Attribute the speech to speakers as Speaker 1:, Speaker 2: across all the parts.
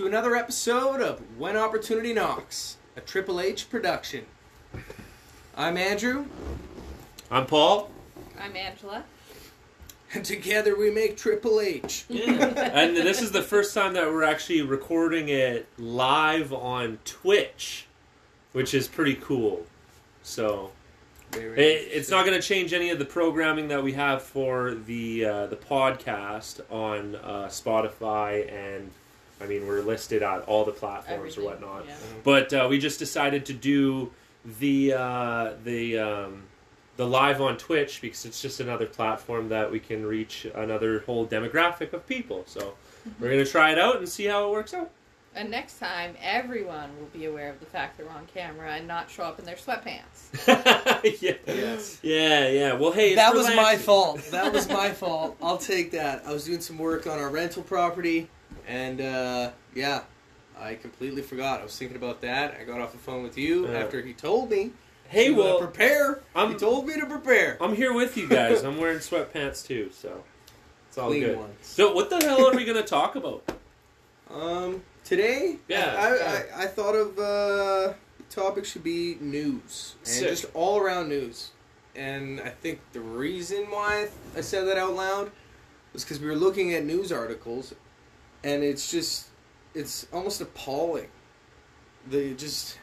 Speaker 1: another episode of When Opportunity Knocks, a Triple H production. I'm Andrew,
Speaker 2: I'm Paul.
Speaker 3: I'm Angela.
Speaker 1: and together we make Triple H.
Speaker 2: and this is the first time that we're actually recording it live on Twitch, which is pretty cool. So it, it's not going to change any of the programming that we have for the uh, the podcast on uh, Spotify, and I mean we're listed on all the platforms
Speaker 3: Everything,
Speaker 2: or whatnot.
Speaker 3: yeah.
Speaker 2: But uh, we just decided to do the uh, the um, the live on Twitch because it's just another platform that we can reach another whole demographic of people. So we're gonna try it out and see how it works out.
Speaker 3: And next time, everyone will be aware of the fact they're on camera and not show up in their sweatpants.
Speaker 2: yeah.
Speaker 1: Yes.
Speaker 2: yeah, yeah. Well, hey, it's
Speaker 1: that
Speaker 2: for
Speaker 1: was my
Speaker 2: Lansing.
Speaker 1: fault. That was my fault. I'll take that. I was doing some work on our rental property, and uh, yeah, I completely forgot. I was thinking about that. I got off the phone with you
Speaker 2: Yeah.
Speaker 1: after he told me.
Speaker 2: Hey,
Speaker 1: to, uh,
Speaker 2: well,
Speaker 1: prepare.
Speaker 2: I'm-
Speaker 1: he told me to prepare.
Speaker 2: I'm here with you guys. I'm wearing sweatpants too, so it's all
Speaker 1: Clean
Speaker 2: good.
Speaker 1: ones.
Speaker 2: So, what the hell are we gonna talk about?
Speaker 1: Um, today,
Speaker 2: Yeah.
Speaker 1: I,
Speaker 3: Yeah.
Speaker 1: I, I thought of uh, the topic should be news and
Speaker 2: Sick.
Speaker 1: just all around news. And I think the reason why I said that out loud was because we were looking at news articles, and it's just it's almost appalling. The just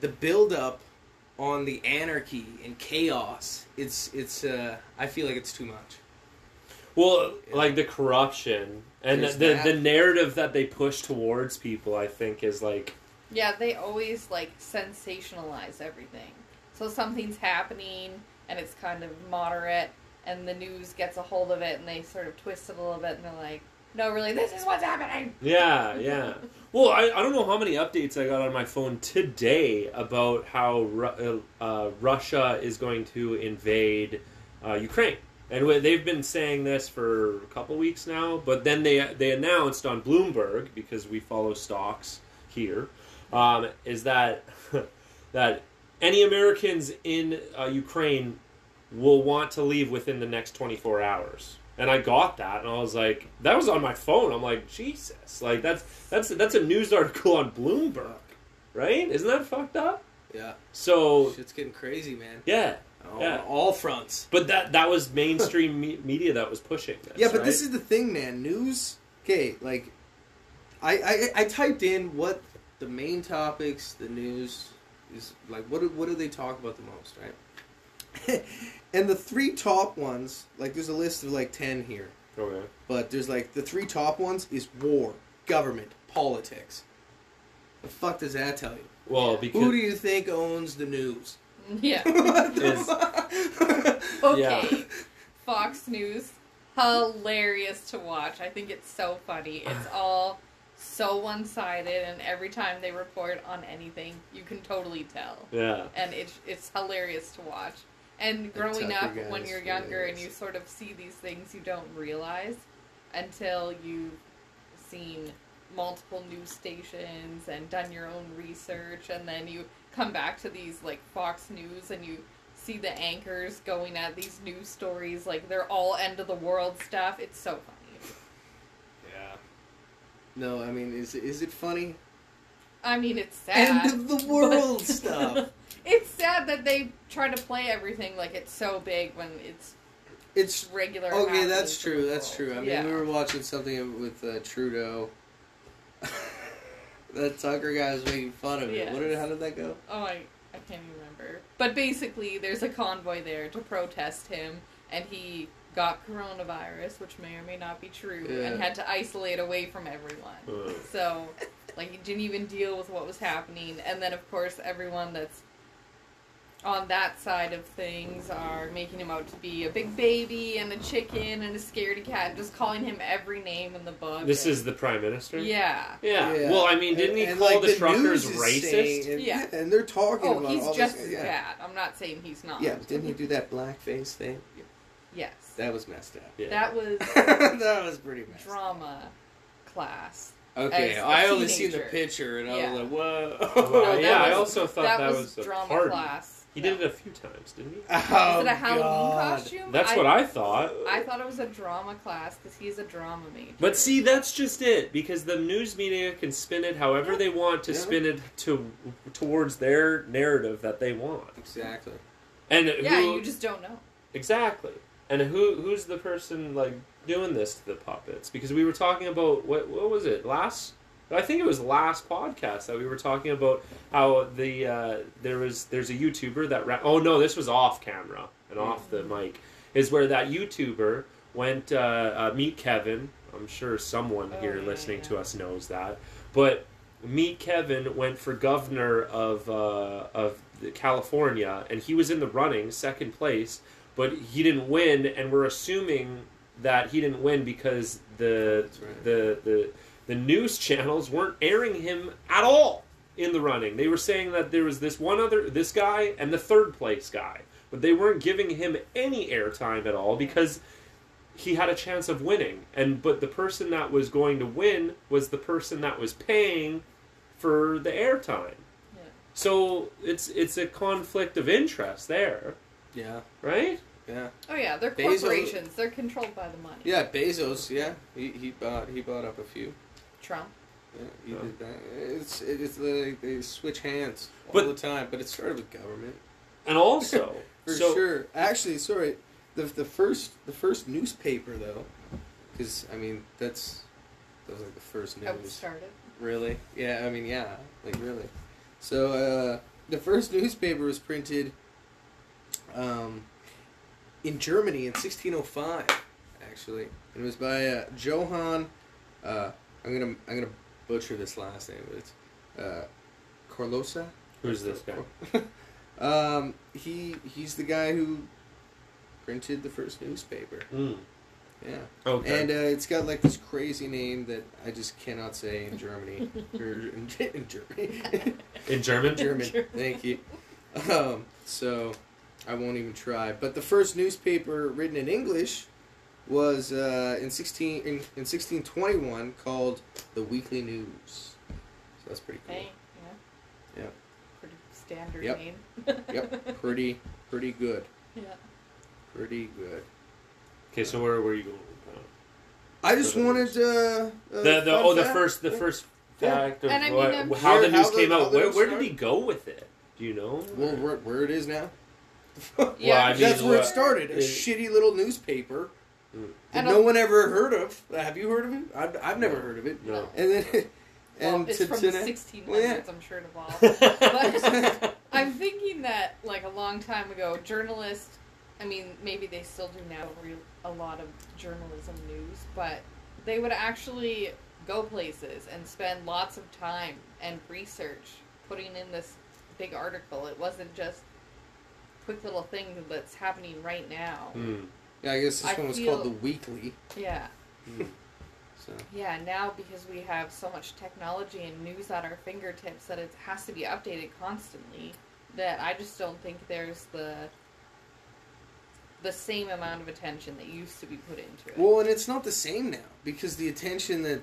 Speaker 1: the build up on the anarchy and chaos. It's it's uh, I feel like it's too much.
Speaker 2: Well, like the corruption and the,
Speaker 1: There's
Speaker 2: the,
Speaker 1: that.
Speaker 2: the narrative that they push towards people, I think, is like
Speaker 3: Yeah, they always like sensationalize everything. So something's happening and it's kind of moderate, and the news gets a hold of it and they sort of twist it a little bit and they're like, no, really, this is what's happening.
Speaker 2: Yeah, yeah. Well, I, I don't know how many updates I got on my phone today about how Ru- uh, uh, Russia is going to invade uh, Ukraine. And wh- they've been saying this for a couple weeks now, but then they they announced on Bloomberg because we follow stocks here, um, is that that any Americans in uh, Ukraine will want to leave within the next 24 hours. And I got that, and I was like, that was on my phone. I'm like, Jesus, like that's that's that's a news article on Bloomberg, right? Isn't that fucked up?
Speaker 1: Yeah,
Speaker 2: So
Speaker 1: shit's getting crazy, man.
Speaker 2: yeah,
Speaker 1: On
Speaker 2: Yeah.
Speaker 1: all fronts.
Speaker 2: but that that was mainstream me- media that was pushing this.
Speaker 1: Yeah, but this
Speaker 2: right?
Speaker 1: is the thing, man. News. Okay, like, I, I I typed in what the main topics the news is like. What do- what do they talk about the most, right? and the three top ones, like, there's a list of like ten here,
Speaker 2: okay.
Speaker 1: but there's like the three top ones is war, government, politics. The fuck does that tell you?
Speaker 2: Well, because
Speaker 1: Who do you think owns the news?
Speaker 3: Yeah.
Speaker 1: What the
Speaker 2: Is-
Speaker 1: fuck?
Speaker 3: Okay.
Speaker 2: Yeah.
Speaker 3: Fox News. Hilarious to watch. I think it's so funny. It's all so one sided, and every time they report on anything, you can totally tell.
Speaker 2: yeah,
Speaker 3: And it's, it's hilarious to watch. And
Speaker 1: The
Speaker 3: growing
Speaker 1: Tucker
Speaker 3: up,
Speaker 1: guy
Speaker 3: when
Speaker 1: is
Speaker 3: you're younger and
Speaker 1: hilarious.
Speaker 3: you sort of see these things, you don't realize until you've seen multiple news stations and done your own research and then you come back to these like Fox News and you see the anchors going at these news stories like they're all end of the world stuff. It's so funny.
Speaker 2: yeah.
Speaker 1: no, I mean, is is it funny?
Speaker 3: I mean, it's sad.
Speaker 1: End of the world
Speaker 3: but-
Speaker 1: stuff.
Speaker 3: It's sad that they try to play everything like it's so big when it's
Speaker 1: It's
Speaker 3: regular.
Speaker 1: Okay,
Speaker 3: happenings
Speaker 1: that's
Speaker 3: in the
Speaker 1: true. That's
Speaker 3: world.
Speaker 1: true. I mean,
Speaker 3: yeah.
Speaker 1: we were watching something with uh, Trudeau. that Tucker guy was making fun of it. What did?
Speaker 3: Yes.
Speaker 1: How did that go?
Speaker 3: Oh, I, I can't even remember. But basically, there's a convoy there to protest him, and he got coronavirus, which may or may not be true,
Speaker 1: Yeah.
Speaker 3: and had to isolate away from everyone.
Speaker 2: Uh,
Speaker 3: So, like, he didn't even deal with what was happening. And then, of course, everyone that's on that side of things are making him out to be a big baby and a chicken and a scaredy cat, just calling him every name in the book.
Speaker 2: this
Speaker 3: and-
Speaker 2: is the prime minister.
Speaker 3: Yeah.
Speaker 2: yeah. Well, I mean, didn't he
Speaker 1: And- and,
Speaker 2: call
Speaker 1: like,
Speaker 2: the,
Speaker 1: news
Speaker 2: truckers
Speaker 1: is
Speaker 2: racist?
Speaker 1: saying- and,
Speaker 3: Yeah.
Speaker 1: and they're talking
Speaker 3: Oh,
Speaker 1: about
Speaker 3: he's
Speaker 1: all
Speaker 3: just
Speaker 1: this.
Speaker 3: as
Speaker 1: Yeah,
Speaker 3: bad. I'm not saying he's not.
Speaker 1: yeah. But didn't he do that blackface thing?
Speaker 3: Yes.
Speaker 1: That was messed up.
Speaker 2: yeah.
Speaker 3: That was
Speaker 1: that was pretty messed. up.
Speaker 3: drama class.
Speaker 1: Okay,
Speaker 3: as a
Speaker 1: I only seen the
Speaker 3: teenager.
Speaker 1: picture, and I
Speaker 3: Yeah. Oh,
Speaker 1: was like, "Whoa!"
Speaker 2: Well,
Speaker 3: that
Speaker 2: Oh, yeah, I
Speaker 3: was-
Speaker 2: also thought
Speaker 3: that,
Speaker 2: that,
Speaker 3: was,
Speaker 2: a
Speaker 3: drama
Speaker 2: pardon.
Speaker 3: class.
Speaker 2: He did it a few times, didn't he?
Speaker 1: Oh,
Speaker 3: Is it a Halloween
Speaker 1: God.
Speaker 3: costume?
Speaker 2: That's
Speaker 3: I,
Speaker 2: what I thought.
Speaker 3: I thought it was a drama class because he's a drama major.
Speaker 2: But see, that's just it because the news media can spin it however they want to
Speaker 1: Yeah.
Speaker 2: spin it to towards their narrative that they want.
Speaker 1: Exactly.
Speaker 2: And
Speaker 3: yeah,
Speaker 2: who,
Speaker 3: you just don't know.
Speaker 2: exactly. And who who's the person like doing this to the puppets? Because we were talking about what what was it last? I think it was last podcast that we were talking about how the uh, there was there's a YouTuber that ra- oh no this was off camera and off the mic is where that YouTuber went uh, uh, meet Kevin. I'm sure someone
Speaker 3: Oh,
Speaker 2: here
Speaker 3: yeah,
Speaker 2: listening to
Speaker 3: yeah.
Speaker 2: us knows that, but meet Kevin went for governor of uh, of the- California, and he was in the running, second place, but he didn't win, and we're assuming that he didn't win because the
Speaker 1: That's right.
Speaker 2: the the the news channels weren't airing him at all in the running. They were saying that there was this one other this guy and the third place guy, but they weren't giving him any airtime at all because he had a chance of winning. And but the person that was going to win was the person that was paying for the airtime.
Speaker 3: Yeah.
Speaker 2: So it's it's a conflict of interest there,
Speaker 1: Yeah.
Speaker 2: right?
Speaker 1: Yeah.
Speaker 3: Oh yeah, they're
Speaker 1: Basil-
Speaker 3: corporations. They're controlled by the money.
Speaker 1: Yeah. Bezos. Yeah. He, he bought he bought up a few.
Speaker 3: Trump.
Speaker 1: Yeah, he
Speaker 2: Yeah.
Speaker 1: did that. It's it's like they switch hands all
Speaker 2: But-
Speaker 1: the time. But it started with government.
Speaker 2: And also,
Speaker 1: For
Speaker 2: so
Speaker 1: sure. Actually, sorry. The, the first the first newspaper though, because I mean that's that was like the first
Speaker 3: I would
Speaker 1: news.
Speaker 3: start it.
Speaker 1: Really? Yeah. I mean, yeah. Like really. So uh, the first newspaper was printed um, in Germany in 1605, actually. And it was by uh, Johann. Uh, I'm gonna I'm gonna butcher this last name, but it's uh, Carlosa.
Speaker 2: who's this guy?
Speaker 1: um, he he's the guy who printed the first newspaper.
Speaker 2: Mm.
Speaker 1: Yeah,
Speaker 2: Okay.
Speaker 1: and uh, it's got like this crazy name that I just cannot say in Germany or in, in Germany,
Speaker 2: in German?
Speaker 1: uh, German. Thank you. Um, so I won't even try. But the first newspaper written in English was uh, in sixteen in, in sixteen twenty one called the Weekly News. So that's pretty cool.
Speaker 3: Hey, yeah.
Speaker 1: Yep.
Speaker 3: Pretty standard
Speaker 1: Yep.
Speaker 3: name.
Speaker 1: Yep, pretty pretty good.
Speaker 3: yeah.
Speaker 1: Pretty good.
Speaker 2: Okay, so where were you going? with that?
Speaker 1: I just
Speaker 2: For the
Speaker 1: wanted uh, uh,
Speaker 2: the the
Speaker 1: fun
Speaker 2: oh the
Speaker 1: fact.
Speaker 2: first the
Speaker 1: Yeah.
Speaker 2: first
Speaker 1: Yeah.
Speaker 2: fact of
Speaker 3: And I mean,
Speaker 2: what,
Speaker 3: I'm
Speaker 2: how the
Speaker 1: sure- how
Speaker 2: news
Speaker 1: the-
Speaker 2: came
Speaker 1: how
Speaker 2: out.
Speaker 1: the
Speaker 2: Where,
Speaker 1: news
Speaker 2: where did he
Speaker 1: started.
Speaker 2: go with it? Do you know?
Speaker 1: Well, where, where it is now.
Speaker 3: Yeah,
Speaker 2: I mean,
Speaker 1: That's where it
Speaker 2: what-
Speaker 1: started. A
Speaker 2: it-
Speaker 1: shitty little newspaper
Speaker 2: Mm.
Speaker 1: that
Speaker 3: And
Speaker 1: no
Speaker 3: a-
Speaker 1: one ever heard of. Uh, Have you heard of it? I've, I've never
Speaker 2: No.
Speaker 1: heard of it.
Speaker 2: no.
Speaker 1: And then, and
Speaker 3: Well, it's
Speaker 1: to,
Speaker 3: from
Speaker 1: to
Speaker 3: the
Speaker 1: now-
Speaker 3: 1600s.
Speaker 1: Well, yeah.
Speaker 3: I'm sure it evolved. I'm thinking that like a long time ago, journalists. I mean, maybe they still do now. Re- a lot of journalism news, but they would actually go places and spend lots of time and research putting in this big article. It wasn't just quick little thing that's happening right now.
Speaker 2: Mm.
Speaker 1: yeah, I guess this
Speaker 3: I
Speaker 1: one was
Speaker 3: feel-
Speaker 1: called the Weekly.
Speaker 3: Yeah,
Speaker 1: So
Speaker 3: yeah. Now because we have so much technology and news at our fingertips that it has to be updated constantly. That I just don't think there's the the same amount of attention that used to be put into it.
Speaker 1: well, and it's not the same now because the attention that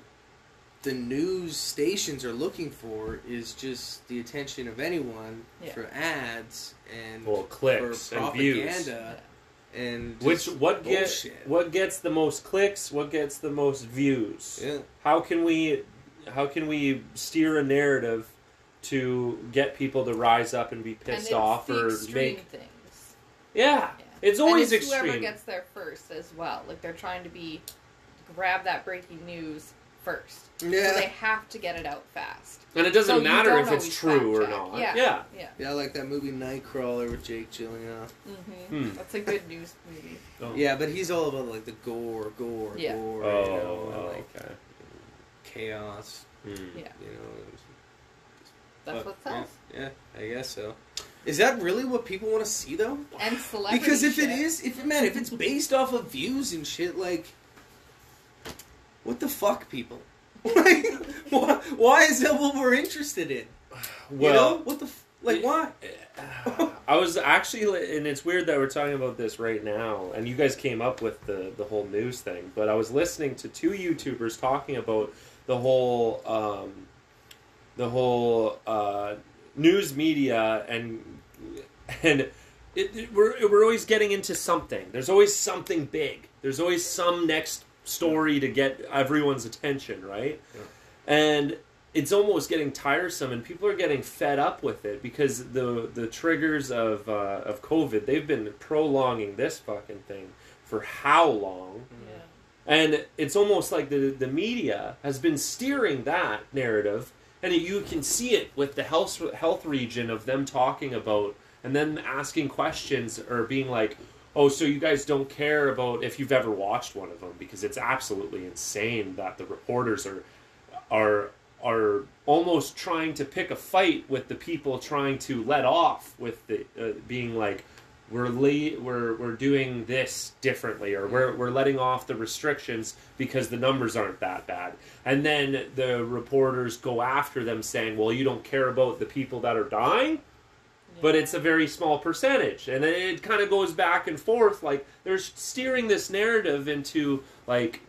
Speaker 1: the news stations are looking for is just the attention of anyone
Speaker 3: Yeah.
Speaker 1: for ads and
Speaker 2: Well, clicks
Speaker 1: for
Speaker 2: and views.
Speaker 1: propaganda and
Speaker 2: Which
Speaker 1: just
Speaker 2: what gets
Speaker 1: bullshit.
Speaker 2: what gets the most clicks? What gets the most views?
Speaker 1: Yeah.
Speaker 2: How can we how can we steer a narrative to get people to rise up and be
Speaker 3: and
Speaker 2: pissed
Speaker 3: it's
Speaker 2: off
Speaker 3: the
Speaker 2: or
Speaker 3: extreme
Speaker 2: make
Speaker 3: things.
Speaker 2: yeah?
Speaker 3: Yeah.
Speaker 2: It's always
Speaker 3: and it's Whoever
Speaker 2: extreme.
Speaker 3: gets there first, as well. Like they're trying to be grab that breaking news first, so they
Speaker 1: Yeah.
Speaker 3: have to get it out fast.
Speaker 2: and it doesn't
Speaker 3: So you
Speaker 2: matter
Speaker 3: don't
Speaker 2: if it's
Speaker 3: always
Speaker 2: true or
Speaker 3: fact check.
Speaker 2: not.
Speaker 3: Yeah.
Speaker 2: yeah.
Speaker 3: Yeah,
Speaker 1: Yeah, I like that movie Nightcrawler with Jake Gyllenhaal.
Speaker 3: hmm
Speaker 2: Hmm.
Speaker 3: that's a good news movie.
Speaker 2: Oh.
Speaker 1: Yeah, but he's all about like the gore, gore,
Speaker 3: Yeah.
Speaker 2: Oh,
Speaker 1: gore, you know, and, like
Speaker 2: okay.
Speaker 1: chaos,
Speaker 2: Mm.
Speaker 3: Yeah,
Speaker 1: you know. and-
Speaker 3: that's
Speaker 1: but,
Speaker 3: what sells.
Speaker 1: Yeah, yeah, I guess so. Is that really what people want to see though?
Speaker 3: And celebrity.
Speaker 1: Because if
Speaker 3: shit.
Speaker 1: it is, if man, if it's based off of views and shit, like, what the fuck, people? like, why, why is that what we're interested in? you know, what the f- like, why?
Speaker 2: I was actually, and it's weird that we're talking about this right now, and you guys came up with the, the whole news thing, but I was listening to two YouTubers talking about the whole, um, the whole, uh, news media and, and it, it- we're we're always getting into something. There's always something big. There's always some next story to get everyone's attention, right?
Speaker 1: Yeah.
Speaker 2: And it's almost getting tiresome, and people are getting fed up with it because the the triggers of uh, of COVID they've been prolonging this fucking thing for how long?
Speaker 3: Yeah.
Speaker 2: And it's almost like the, the media has been steering that narrative, and you can see it with the health health region of them talking about and then asking questions or being like, "Oh, so you guys don't care about if you've ever watched one of them because it's absolutely insane that the reporters are are are almost trying to pick a fight with the people trying to let off with the uh, being like we're le- we're we're doing this differently or we're we're letting off the restrictions because the numbers aren't that bad. And then the reporters go after them saying, "Well, you don't care about the people that are dying." but it's a very small percentage and then it kind of goes back and forth like they're steering this narrative into like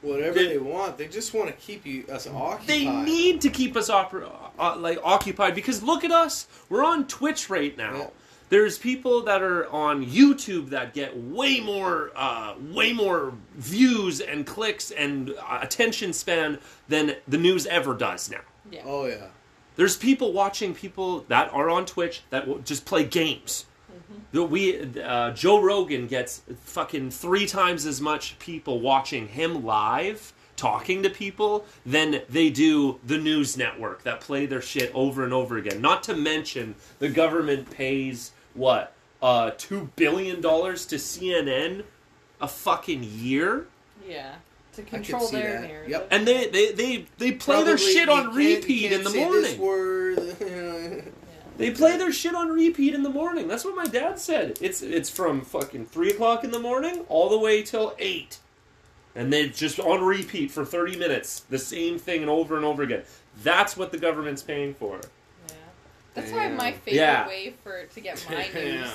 Speaker 1: Whatever
Speaker 2: They-
Speaker 1: they want, they just want to keep you us occupied.
Speaker 2: they need to keep us oper- uh, like occupied because look at us we're on twitch right now
Speaker 1: Yeah.
Speaker 2: there's people that are on youtube that get way more uh, way more views and clicks and uh, attention span than the news ever does now
Speaker 3: yeah.
Speaker 1: Oh yeah.
Speaker 2: there's people watching people that are on Twitch that will just play games. The-
Speaker 1: Mm-hmm.
Speaker 2: We uh, Joe Rogan gets fucking three times as much people watching him live talking to people than they do the news network that play their shit over and over again. Not to mention the government pays what uh, two billion dollars to CNN a fucking year,
Speaker 3: yeah. To
Speaker 1: could
Speaker 3: control
Speaker 1: see
Speaker 3: their
Speaker 1: that.
Speaker 3: narrative.
Speaker 1: Yep.
Speaker 2: and they they they, they play their
Speaker 1: Probably
Speaker 2: shit
Speaker 1: you
Speaker 2: on
Speaker 1: can't- you
Speaker 2: repeat in
Speaker 1: can't
Speaker 2: the
Speaker 1: say
Speaker 2: morning.
Speaker 1: This word.
Speaker 3: Yeah.
Speaker 2: They play their shit on repeat in the morning. That's what my dad said. It's it's from fucking three o'clock in the morning all the way till eight, and they just on repeat for thirty minutes, the same thing and over and over again. That's what the government's paying for.
Speaker 3: Yeah. That's why my
Speaker 1: Damn.
Speaker 3: favorite
Speaker 2: Yeah.
Speaker 3: way for to get my news
Speaker 1: Damn.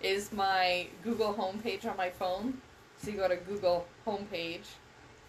Speaker 3: is my Google homepage on my phone. So you go to Google homepage,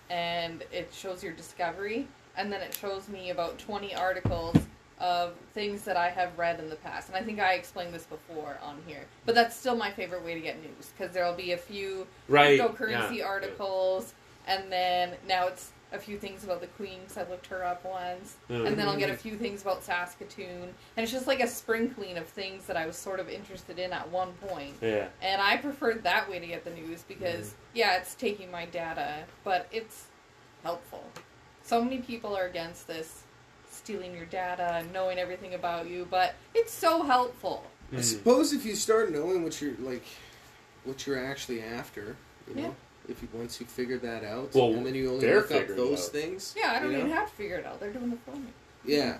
Speaker 3: and it shows your discovery, and then it shows me about 20 articles of things that I have read in the past. And I think I explained this before on here, but that's still my favorite way to get news because there'll be a few
Speaker 2: Right?
Speaker 3: cryptocurrency
Speaker 2: yeah.
Speaker 3: articles, and then now it's a few things about the queen because I looked her up once,
Speaker 1: Oh,
Speaker 2: Yeah.
Speaker 3: and then I'll get a few things about Saskatoon, and it's just like a sprinkling of things that I was sort of interested in at one point.
Speaker 2: Yeah.
Speaker 3: And I preferred that way to get the news
Speaker 1: Mm.
Speaker 3: because, yeah, it's taking my data, but it's helpful. So many people are against this stealing your data and knowing everything about you, but it's so helpful.
Speaker 2: Mm.
Speaker 1: I suppose if you start knowing what you're like, what you're actually after, you know,
Speaker 3: Yeah.
Speaker 1: if you once you figure that out,
Speaker 2: Well,
Speaker 1: and then you only
Speaker 2: they're
Speaker 1: look up
Speaker 2: figuring
Speaker 1: those
Speaker 2: it out.
Speaker 1: things.
Speaker 3: Yeah, I don't
Speaker 1: you know?
Speaker 3: even have to figure it out. They're doing it for me.
Speaker 1: Yeah,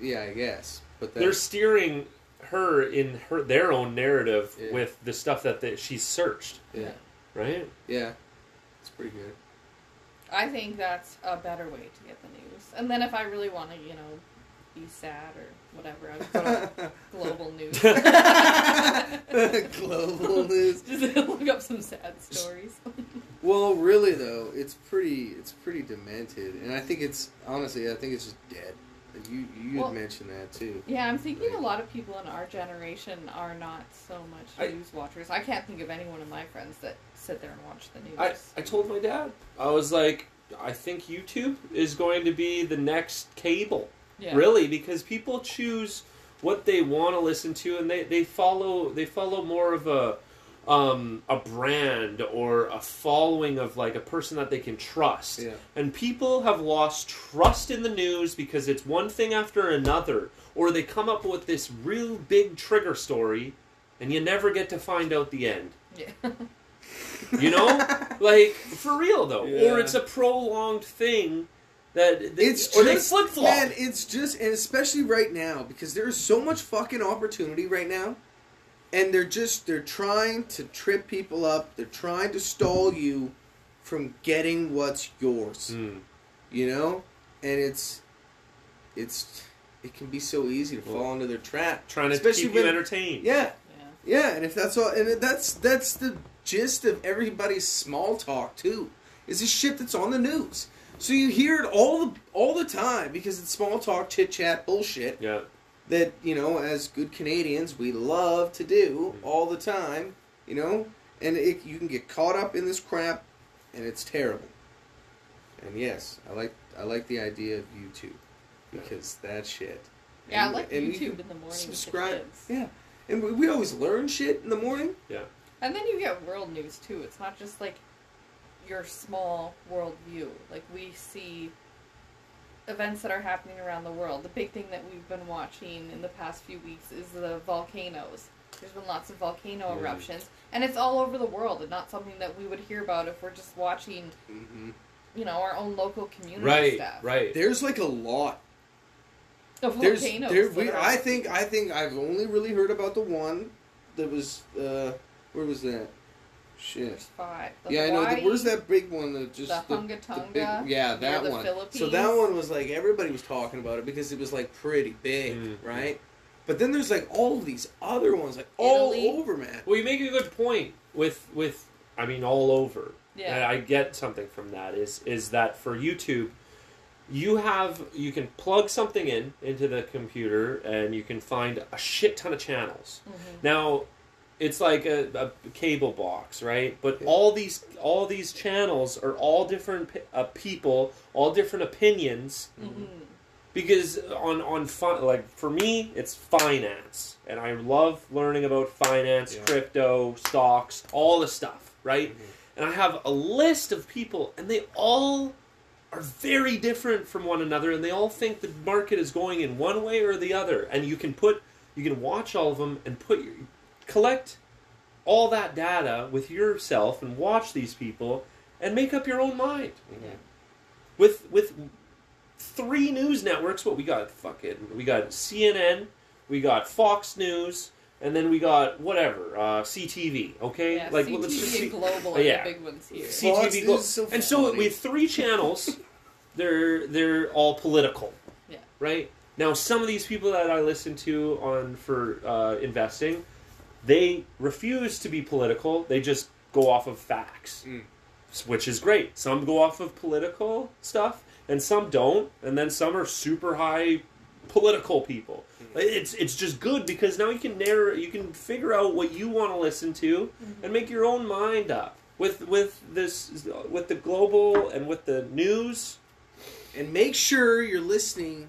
Speaker 1: yeah, I guess. But that,
Speaker 2: They're steering her in her their own narrative
Speaker 1: Yeah.
Speaker 2: with the stuff that they, she's searched.
Speaker 1: yeah,
Speaker 2: Right?
Speaker 1: yeah, it's pretty good.
Speaker 3: I think that's a better way to get the news. And then if I really want to, you know, be sad or whatever, I would go to global news.
Speaker 1: Global news.
Speaker 3: Just look up some sad stories.
Speaker 1: Well, really though, it's pretty, it's pretty demented, and I think it's honestly, I think it's just dead. Like, You you
Speaker 3: Well-
Speaker 1: had mentioned that too.
Speaker 3: Yeah, I'm thinking a lot of people in our generation are not so much
Speaker 2: I-
Speaker 3: news watchers. I can't think of anyone of my friends that sit there and watch the news.
Speaker 2: I, I told my dad. I was like, I think YouTube is going to be the next cable.
Speaker 3: yeah.
Speaker 2: really because people choose what they want to listen to and they, they follow they follow more of a um, a brand or a following of like a person that they can trust
Speaker 1: Yeah.
Speaker 2: and people have lost trust in the news because it's one thing after another or they come up with this real big trigger story and you never get to find out the end
Speaker 3: Yeah.
Speaker 2: you know like for real though or
Speaker 1: Yeah.
Speaker 2: it's a prolonged thing that they,
Speaker 1: It's
Speaker 2: or they
Speaker 1: just-
Speaker 2: slip flop
Speaker 1: Man, it's just, and especially right now, because there is so much fucking opportunity right now, and they're just, they're trying to trip people up. They're trying to stall you from getting what's yours,
Speaker 2: Mm. Hmm.
Speaker 1: you know? And it's, it's, it can be so easy to fall into their trap.
Speaker 2: trying to
Speaker 1: Especially
Speaker 2: keep you
Speaker 1: when-
Speaker 2: entertained.
Speaker 1: Yeah,
Speaker 3: yeah.
Speaker 1: yeah, and if that's all, and that's, that's the gist of everybody's small talk, too, is the shit that's on the news. So you hear it all the all the time because it's small talk, chit chat, bullshit
Speaker 2: yeah,
Speaker 1: that you know as good Canadians we love to do all the time, you know, and it, you can get caught up in this crap, and it's terrible. And yes, I like I like the idea of YouTube because that shit.
Speaker 3: Yeah,
Speaker 1: And-
Speaker 3: I like
Speaker 1: and you
Speaker 3: YouTube
Speaker 1: can
Speaker 3: in the morning. with the
Speaker 1: Subscribe.
Speaker 3: kids.
Speaker 1: Yeah, and we, we always learn shit in the morning.
Speaker 3: And then you get world news too. It's not just like your small world view. Like we see events that are happening around the world. The big thing that we've been watching in the past few weeks is the volcanoes. There's been lots of volcano
Speaker 2: Mm.
Speaker 3: eruptions, and it's all over the world, and not something that we would hear about if we're just watching,
Speaker 1: Mm-hmm.
Speaker 3: you know, our own local community
Speaker 2: Right.
Speaker 3: stuff.
Speaker 2: Right.
Speaker 1: There's like a lot
Speaker 3: The
Speaker 1: There's,
Speaker 3: volcanoes.
Speaker 1: there,
Speaker 3: that
Speaker 1: we,
Speaker 3: are
Speaker 1: I
Speaker 3: out.
Speaker 1: think, I think I've only really heard about the one that was, uh, where was that? Shit.
Speaker 3: There's five. The
Speaker 1: yeah, I know. The,
Speaker 3: Hawaii,
Speaker 1: where's that big one that just
Speaker 3: The
Speaker 1: the,
Speaker 3: Hunga
Speaker 1: the
Speaker 3: Tonga.
Speaker 1: big, yeah,
Speaker 3: near
Speaker 1: that
Speaker 3: the
Speaker 1: one. So
Speaker 3: Philippines.
Speaker 1: that one was like everybody was talking about it because it was like pretty big,
Speaker 2: Mm.
Speaker 1: right? But then there's like all these other ones, like
Speaker 3: Italy.
Speaker 1: all over, man.
Speaker 2: Well, you make a good point with with I mean all over.
Speaker 3: Yeah.
Speaker 2: And I get something from that is is that for YouTube, you have you can plug something in into the computer and you can find a shit ton of channels.
Speaker 3: Mhm.
Speaker 2: Now, it's like a, a cable box, right? But
Speaker 1: Yeah.
Speaker 2: all these all these channels are all different pe- uh, people, all different opinions.
Speaker 3: Mhm.
Speaker 2: Because on on fi- like for me, it's finance, and I love learning about finance,
Speaker 1: Yeah.
Speaker 2: crypto, stocks, all the stuff, right?
Speaker 1: Mhm.
Speaker 2: And I have a list of people, and they all are very different from one another, and they all think the market is going in one way or the other. And you can put you can watch all of them and put your collect all that data with yourself and watch these people and make up your own mind
Speaker 3: Yeah.
Speaker 2: with with three news networks. What we got? Fucking, we got CNN, we got Fox News, and then we got whatever uh, CTV. Okay,
Speaker 3: Yeah,
Speaker 2: like
Speaker 3: CTV
Speaker 2: let's just see.
Speaker 3: and Global are
Speaker 2: yeah.
Speaker 3: the big ones here.
Speaker 1: See- Fox
Speaker 2: CTV
Speaker 1: News
Speaker 2: Glo-
Speaker 1: is so
Speaker 2: and so
Speaker 1: funny.
Speaker 2: we have three channels. they're they're all political.
Speaker 3: Yeah.
Speaker 2: Right now, some of these people that I listen to on for uh, investing, they refuse to be political. They just go off of facts,
Speaker 1: Mm.
Speaker 2: which is great. Some go off of political stuff, and some don't. And then some are super high political people.
Speaker 1: Mm.
Speaker 2: It's it's just good because now you can narrow, you can figure out what you want to listen to, and make your own mind up with with this with the global and with the news.
Speaker 1: And make sure you're listening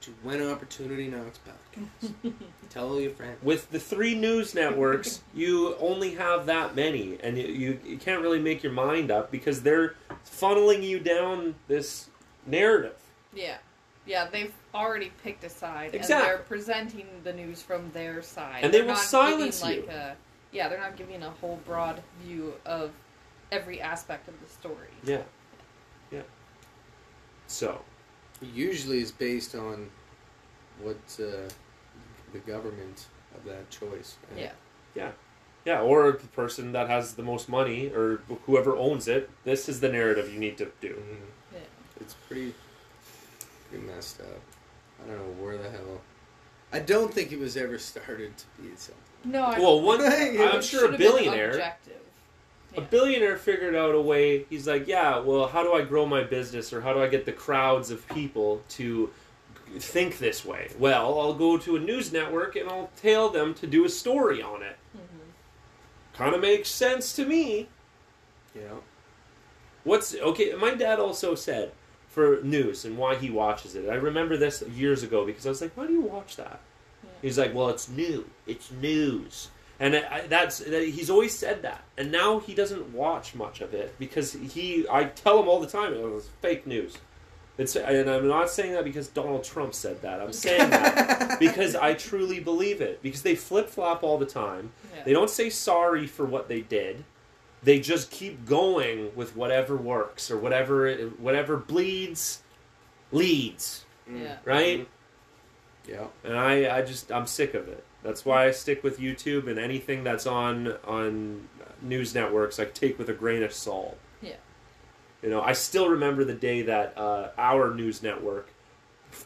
Speaker 1: to When Opportunity Knocks podcast. Tell all your friends.
Speaker 2: With the three news networks, you only have that many, and you, you, you can't really make your mind up because they're funneling you down this narrative.
Speaker 3: Yeah. Yeah, they've already picked a side
Speaker 2: Exactly.
Speaker 3: and they're presenting the news from their side.
Speaker 2: And they
Speaker 3: They're
Speaker 2: will
Speaker 3: not
Speaker 2: silence
Speaker 3: giving,
Speaker 2: you.
Speaker 3: like a Yeah, they're not giving a whole broad view of every aspect of the story.
Speaker 2: Yeah, yeah. So
Speaker 1: usually is based on what uh, the government of that choice. right?
Speaker 3: Yeah.
Speaker 2: yeah, or the person that has the most money or whoever owns it. This is the narrative you need to do.
Speaker 1: Mhm.
Speaker 3: Yeah.
Speaker 1: It's pretty, pretty messed up. I don't know where the hell. I don't think it was ever started to be something.
Speaker 3: No, I
Speaker 2: Well, one
Speaker 1: Yeah.
Speaker 2: I'm
Speaker 3: it
Speaker 2: sure
Speaker 3: should've
Speaker 2: a
Speaker 3: been
Speaker 2: billionaire.
Speaker 3: objective.
Speaker 2: A
Speaker 3: Yeah.
Speaker 2: billionaire figured out a way. He's like, yeah, well, how do I grow my business or how do I get the crowds of people to think this way? Well, I'll go to a news network and I'll tell them to do a story on it.
Speaker 3: Mhm.
Speaker 2: Kind of makes sense to me.
Speaker 1: You know,
Speaker 2: What's okay? My dad also said for news and why he watches it. I remember this years ago because I was like, why do you watch that?
Speaker 3: Yeah.
Speaker 2: He's like, well, it's new. It's news. And I, I- that's that, he's always said that, and now he doesn't watch much of it because he. I tell him all the time, oh, it's fake news. It's, and I'm not saying that because Donald Trump said that. I'm saying that because I truly believe it. Because they flip flop all the time.
Speaker 3: Yeah.
Speaker 2: They don't say sorry for what they did. They just keep going with whatever works or whatever whatever bleeds leads,
Speaker 1: Mm-hmm.
Speaker 3: Yeah.
Speaker 2: right?
Speaker 1: yeah.
Speaker 2: and I, I just I'm sick of it. That's why I stick with YouTube and anything that's on on news networks. I take with a grain of salt.
Speaker 3: Yeah.
Speaker 2: You know, I still remember the day that uh, our news network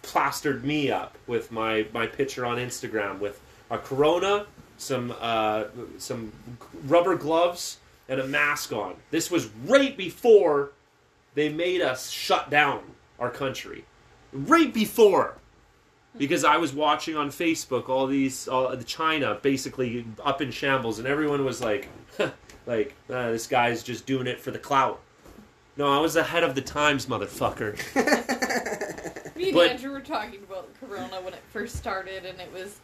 Speaker 2: plastered me up with my my picture on Instagram with a Corona, some uh, some rubber gloves, and a mask on. This was right before they made us shut down our country. Right before because I was watching on Facebook all these all the China basically up in shambles, and everyone was like, like uh, this guy's just doing it for the clout. No, I was ahead of the times, motherfucker.
Speaker 3: Me and
Speaker 2: But-
Speaker 3: Andrew were talking about Corona when it first started, and it was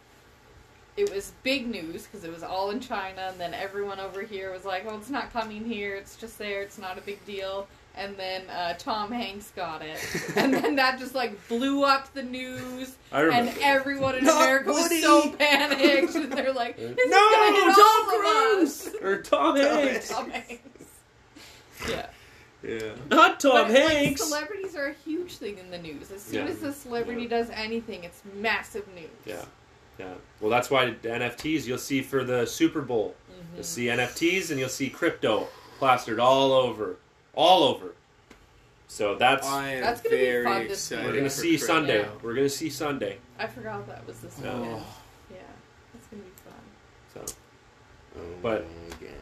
Speaker 3: it was big news because it was all in China, and then everyone over here was like, "Oh, it's not coming here. It's just there. It's not a big deal." And then uh, Tom Hanks got it, and then that just like blew up the news,
Speaker 2: I
Speaker 3: and
Speaker 2: remember.
Speaker 3: everyone in
Speaker 1: Not
Speaker 3: America
Speaker 1: Woody.
Speaker 3: was so panicked, and they're like, "This is gonna
Speaker 2: no,
Speaker 3: hit
Speaker 2: Tom
Speaker 3: all of us."
Speaker 2: Cruise or Tom Hanks,
Speaker 3: Tom Hanks. Yeah.
Speaker 1: Yeah.
Speaker 2: not Tom
Speaker 3: But it's like
Speaker 2: Hanks.
Speaker 3: celebrities are a huge thing in the news. As soon
Speaker 2: Yeah.
Speaker 3: as a celebrity
Speaker 2: Yeah.
Speaker 3: does anything, it's massive news.
Speaker 2: yeah, yeah. Well, that's why the NFTs. You'll see for the Super Bowl.
Speaker 3: Mm-hmm.
Speaker 2: You'll see NFTs, and you'll see crypto plastered all over, all over. So that's
Speaker 1: I am
Speaker 3: That's gonna be
Speaker 1: very
Speaker 3: fun this
Speaker 1: excited.
Speaker 3: weekend.
Speaker 2: we're gonna
Speaker 1: for
Speaker 2: see
Speaker 1: Chris.
Speaker 2: Sunday.
Speaker 3: Yeah.
Speaker 2: We're gonna see Sunday.
Speaker 3: I forgot that was this
Speaker 2: No.
Speaker 3: weekend. Yeah, that's gonna be fun.
Speaker 2: So
Speaker 1: Oh
Speaker 2: But-
Speaker 1: my God.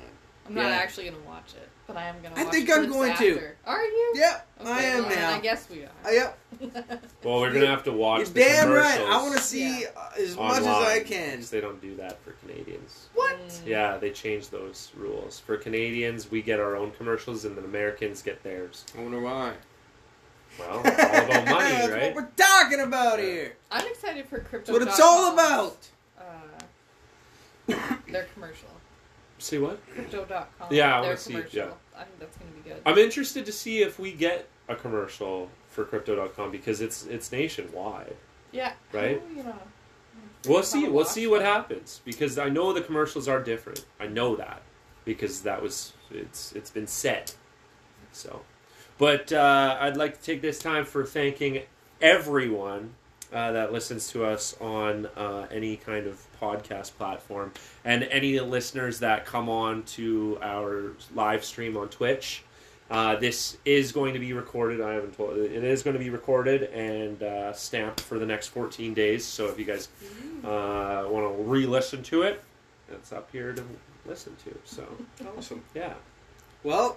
Speaker 3: I'm not
Speaker 1: Yeah.
Speaker 3: actually gonna watch it, but I am gonna.
Speaker 1: I
Speaker 3: watch
Speaker 1: think I'm
Speaker 3: clips
Speaker 1: going to.
Speaker 3: after. Are you?
Speaker 1: Yep,
Speaker 3: Okay,
Speaker 1: I am
Speaker 3: well, then
Speaker 1: now.
Speaker 3: I guess we are.
Speaker 1: Uh, yep,
Speaker 2: well, we're gonna have to watch.
Speaker 1: you're
Speaker 2: the
Speaker 1: damn right.
Speaker 2: commercials
Speaker 1: I want to see
Speaker 3: Yeah.
Speaker 1: uh, as much
Speaker 2: online,
Speaker 1: as I can.
Speaker 2: 'cause They don't do that for Canadians.
Speaker 1: What?
Speaker 3: Mm.
Speaker 2: Yeah, they changed those rules. For Canadians, we get our own commercials, and the Americans get theirs.
Speaker 1: I wonder why.
Speaker 2: Well, it's all about
Speaker 1: That's
Speaker 2: money,
Speaker 1: what
Speaker 2: right?
Speaker 1: we're talking about here.
Speaker 3: I'm excited for crypto.
Speaker 1: That's what it's all about.
Speaker 3: Uh, their commercial.
Speaker 2: See what?
Speaker 3: Crypto.com.
Speaker 2: Yeah, I
Speaker 3: their
Speaker 2: wanna see-
Speaker 3: commercial.
Speaker 2: yeah.
Speaker 3: I think that's gonna be good.
Speaker 2: I'm interested to see if we get a commercial for Crypto.com because it's it's nationwide.
Speaker 3: yeah.
Speaker 2: Right?
Speaker 3: Oh, yeah.
Speaker 2: We'll see.
Speaker 3: Kinda
Speaker 2: We'll
Speaker 3: watch
Speaker 2: see what
Speaker 3: them.
Speaker 2: happens because I know the commercials are different. I know that because that was it's it's been said. So, but uh, I'd like to take this time for thanking everyone uh, that listens to us on uh, any kind of podcast platform and any listeners that come on to our live stream on Twitch. Uh, this is going to be recorded. I haven't told it is going to be recorded and uh, stamped for the next 14 days. So if you guys uh, want to re-listen to it, it's up here to listen to. So
Speaker 1: Awesome.
Speaker 2: yeah,
Speaker 1: Well,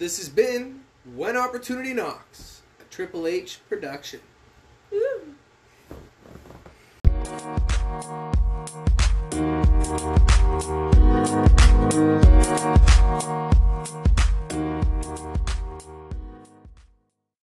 Speaker 1: this has been When Opportunity Knocks, a Triple H production.
Speaker 3: Ooh.